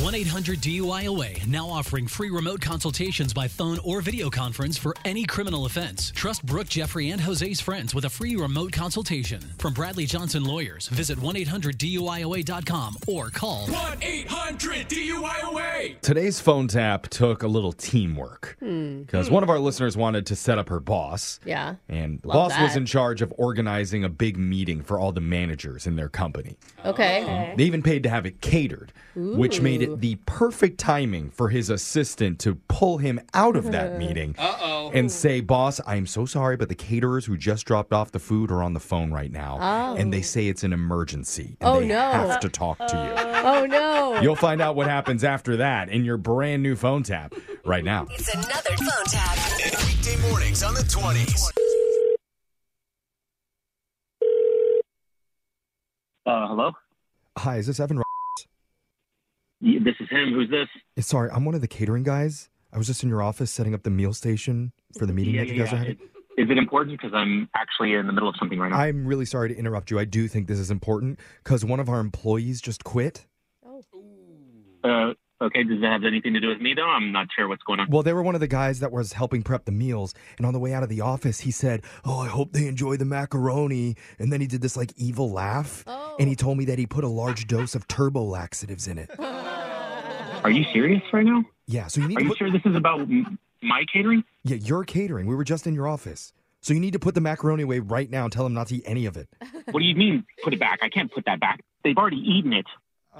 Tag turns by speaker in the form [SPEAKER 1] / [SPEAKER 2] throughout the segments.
[SPEAKER 1] 1 800 DUIOA now offering free remote consultations by phone or video conference for any criminal offense. Trust Brooke, Jeffrey, and Jose's friends with a free remote consultation. From Bradley Johnson Lawyers, visit 1 800 DUIOA.com or call
[SPEAKER 2] 1 800 DUIOA.
[SPEAKER 3] Today's phone tap took a little teamwork because one of our listeners wanted to set up her boss.
[SPEAKER 4] Hmm. Yeah.
[SPEAKER 3] And the
[SPEAKER 4] Love
[SPEAKER 3] boss was
[SPEAKER 4] that.
[SPEAKER 3] in charge of organizing a big meeting for all the managers in their company.
[SPEAKER 4] Okay.
[SPEAKER 3] They even paid to have it catered, which made it the perfect timing for his assistant to pull him out of that meeting and say, Boss, I'm so sorry, but the caterers who just dropped off the food are on the phone right now. And they say it's an emergency. And
[SPEAKER 4] Oh,
[SPEAKER 3] they
[SPEAKER 4] no.
[SPEAKER 3] have to talk to
[SPEAKER 4] Oh no.
[SPEAKER 3] you. You'll find out what happens after that in your brand new phone tap right now.
[SPEAKER 5] It's another phone tap.
[SPEAKER 2] Weekday mornings on the 20s.
[SPEAKER 6] Uh, hello?
[SPEAKER 3] Hi, is this Evan? Ro-
[SPEAKER 6] Y- This is him. Who's this?
[SPEAKER 3] Eh, Sorry, I'm one of the catering guys. I was just in your office setting up the meal station for the meeting that you guys are having.
[SPEAKER 6] Is, is it important? Because I'm actually in the middle of something right now.
[SPEAKER 3] I'm really sorry to interrupt you. I do think this is important because one of our employees just quit.
[SPEAKER 6] uh, okay, does that have anything to do with me, though? I'm not sure what's going on.
[SPEAKER 3] Well, they were one of the guys that was helping prep the meals. And on the way out of the office, he said, Oh, I hope they enjoy the macaroni. And then he did this like evil laugh. And
[SPEAKER 6] Oh.
[SPEAKER 3] he told me that he put a large dose of turbo laxatives in it.
[SPEAKER 6] Are you serious right now?
[SPEAKER 3] Yeah, so you need
[SPEAKER 6] Are
[SPEAKER 3] to
[SPEAKER 6] you
[SPEAKER 3] put.
[SPEAKER 6] sure this is about m- my catering?
[SPEAKER 3] Yeah, you're catering. We were just in your office. So you need to put the macaroni away right now and tell him not to eat any of it.
[SPEAKER 6] What do you mean, put it back? I can't put that back. They've already eaten it.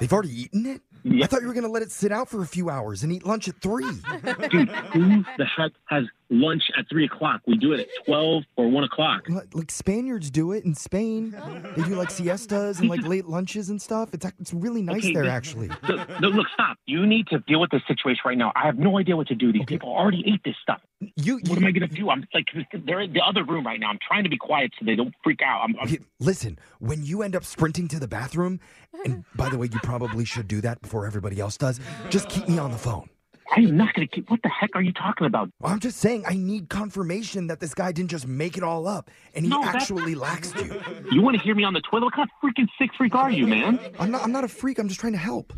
[SPEAKER 3] They've already eaten it? I
[SPEAKER 6] Yeah.
[SPEAKER 3] thought you were going to let it sit out for a few hours and eat lunch at three.
[SPEAKER 6] Dude, who the heck has lunch at 3 o'clock? We do it at 12 or 1 o'clock.
[SPEAKER 3] Like like Spaniards do it in Spain. They do like siestas and like late lunches and stuff. It's ac- it's really nice
[SPEAKER 6] Okay,
[SPEAKER 3] there
[SPEAKER 6] but-
[SPEAKER 3] actually.
[SPEAKER 6] No, no, look, stop. You need to deal with this situation right now. I have no idea what to do. These people already ate this stuff.
[SPEAKER 3] You, you
[SPEAKER 6] What am I going to do? I'm like, they're in the other room right now. I'm trying to be quiet so they don't freak out. I'm, I'm
[SPEAKER 3] Okay, listen, when you end up sprinting to the bathroom, and by the way, you probably should do that before everybody else does. Just keep me on the phone.
[SPEAKER 6] I'm not going to keep. What the heck are you talking about?
[SPEAKER 3] I'm just saying I need confirmation that this guy didn't just make it all up and he
[SPEAKER 6] No, that's-
[SPEAKER 3] actually laxed you.
[SPEAKER 6] You want to hear me on the toilet? What kind of freaking sick freak are you, man?
[SPEAKER 3] I'm not I'm not a freak, I'm just trying to help.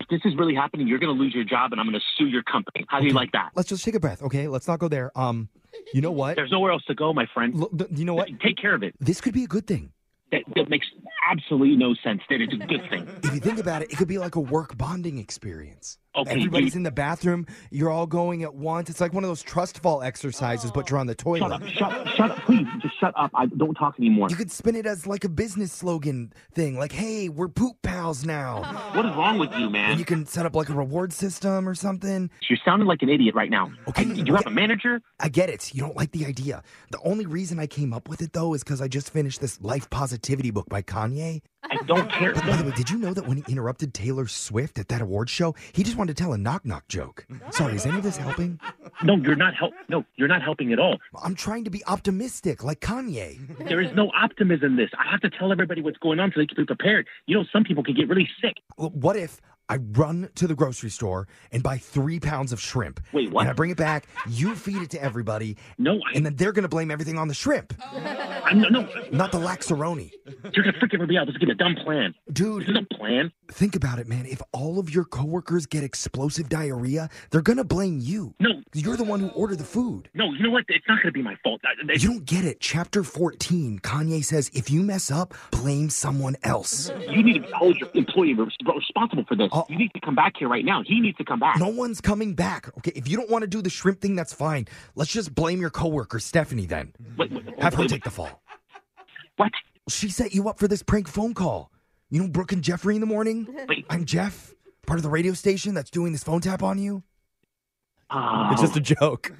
[SPEAKER 6] If this is really happening, you're going to lose your job and I'm going to sue your company. How do you like that?
[SPEAKER 3] Let's just take a breath, okay? Let's not go there. Um, you know what?
[SPEAKER 6] There's nowhere else to go, my friend.
[SPEAKER 3] Look, th- you know what?
[SPEAKER 6] Take care of it.
[SPEAKER 3] This could be a good thing.
[SPEAKER 6] That, that makes absolutely no sense. That it's a good thing.
[SPEAKER 3] if you think about it, it could be like a work bonding experience.
[SPEAKER 6] Okay,
[SPEAKER 3] Everybody's
[SPEAKER 6] dude.
[SPEAKER 3] in the bathroom. You're all going at once. It's like one of those trust fall exercises, but you're on the
[SPEAKER 6] Shut up.
[SPEAKER 3] toilet.
[SPEAKER 6] Shut up. Shut up. Please, just shut up. I don't talk anymore.
[SPEAKER 3] You could spin it as like a business slogan thing, like, hey, we're poop pals now.
[SPEAKER 6] What is wrong with you,
[SPEAKER 3] And
[SPEAKER 6] man?
[SPEAKER 3] you can set up like a reward system or something.
[SPEAKER 6] You're sounding like an idiot right now.
[SPEAKER 3] Okay,
[SPEAKER 6] You have a manager?
[SPEAKER 3] I get it. You don't like the idea. The only reason I came up with it, though, is because I just finished this life positivity book by Kanye.
[SPEAKER 6] I don't care.
[SPEAKER 3] But by the way, did you know that when he interrupted Taylor Swift at that award show, he just wanted to tell a knock knock joke? Sorry, is any of this helping?
[SPEAKER 6] No, you're not help. No, you're not helping at all.
[SPEAKER 3] I'm trying to be optimistic like Kanye.
[SPEAKER 6] There is no optimism in this. I have to tell everybody what's going on so they can be prepared. You know, some people can get really sick.
[SPEAKER 3] What if I run to the grocery store and buy three pounds of shrimp.
[SPEAKER 6] Wait, what?
[SPEAKER 3] And I bring it back. You feed it to everybody.
[SPEAKER 6] No, I-
[SPEAKER 3] And then they're going to blame everything on the shrimp,
[SPEAKER 6] I'm, no, no,
[SPEAKER 3] not the laxaroni.
[SPEAKER 6] you're gonna freaking me out. This is gonna be a dumb plan. This is
[SPEAKER 3] Dude,
[SPEAKER 6] a plan.
[SPEAKER 3] think about it, man. If all of your coworkers get explosive diarrhea, they're going to blame you.
[SPEAKER 6] No.
[SPEAKER 3] You're the one who ordered the food.
[SPEAKER 6] No, you know what? It's not gonna be my fault. I, I-
[SPEAKER 3] You don't get it. Chapter 14, Kanye says if you mess up, blame someone else.
[SPEAKER 6] you need to hold your employee re- responsible for this.
[SPEAKER 3] Oh.
[SPEAKER 6] You need to come back here right now. He needs to come back.
[SPEAKER 3] No one's coming back. Okay, if you don't want to do the shrimp thing, that's fine. Let's just blame your coworker, Stephanie, then.
[SPEAKER 6] Wait, wait, wait,
[SPEAKER 3] Have her
[SPEAKER 6] wait,
[SPEAKER 3] take the fall.
[SPEAKER 6] What?
[SPEAKER 3] She set you up for this prank phone call. You know Brooke and Jeffrey in the morning?
[SPEAKER 6] Wait.
[SPEAKER 3] I'm Jeff, part of the radio station that's doing this phone tap on you.
[SPEAKER 6] Oh,
[SPEAKER 3] It's just a joke.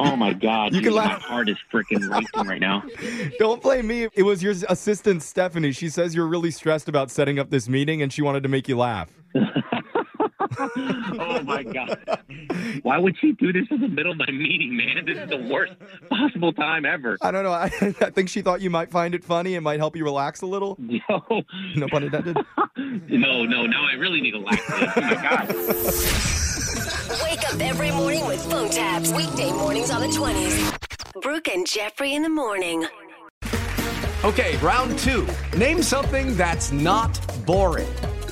[SPEAKER 6] oh my God.
[SPEAKER 3] You
[SPEAKER 6] dude,
[SPEAKER 3] can laugh.
[SPEAKER 6] My heart is freaking racing right now.
[SPEAKER 7] Don't blame me. It was your assistant, Stephanie. She says you're really stressed about setting up this meeting and she wanted to make you laugh.
[SPEAKER 6] Oh my God. Why would she do this in the middle of my meeting, man? This is the worst possible time ever.
[SPEAKER 7] I don't know. I, I think she thought you might find it funny. It might help you relax a little.
[SPEAKER 6] No,
[SPEAKER 7] No pun intended.
[SPEAKER 6] no, no. Now I really need a laugh. Oh my God.
[SPEAKER 5] Wake up every morning with phone taps. Weekday mornings on the 20s. Brooke and Jeffrey in the morning.
[SPEAKER 8] Okay, round two. Name something that's not boring.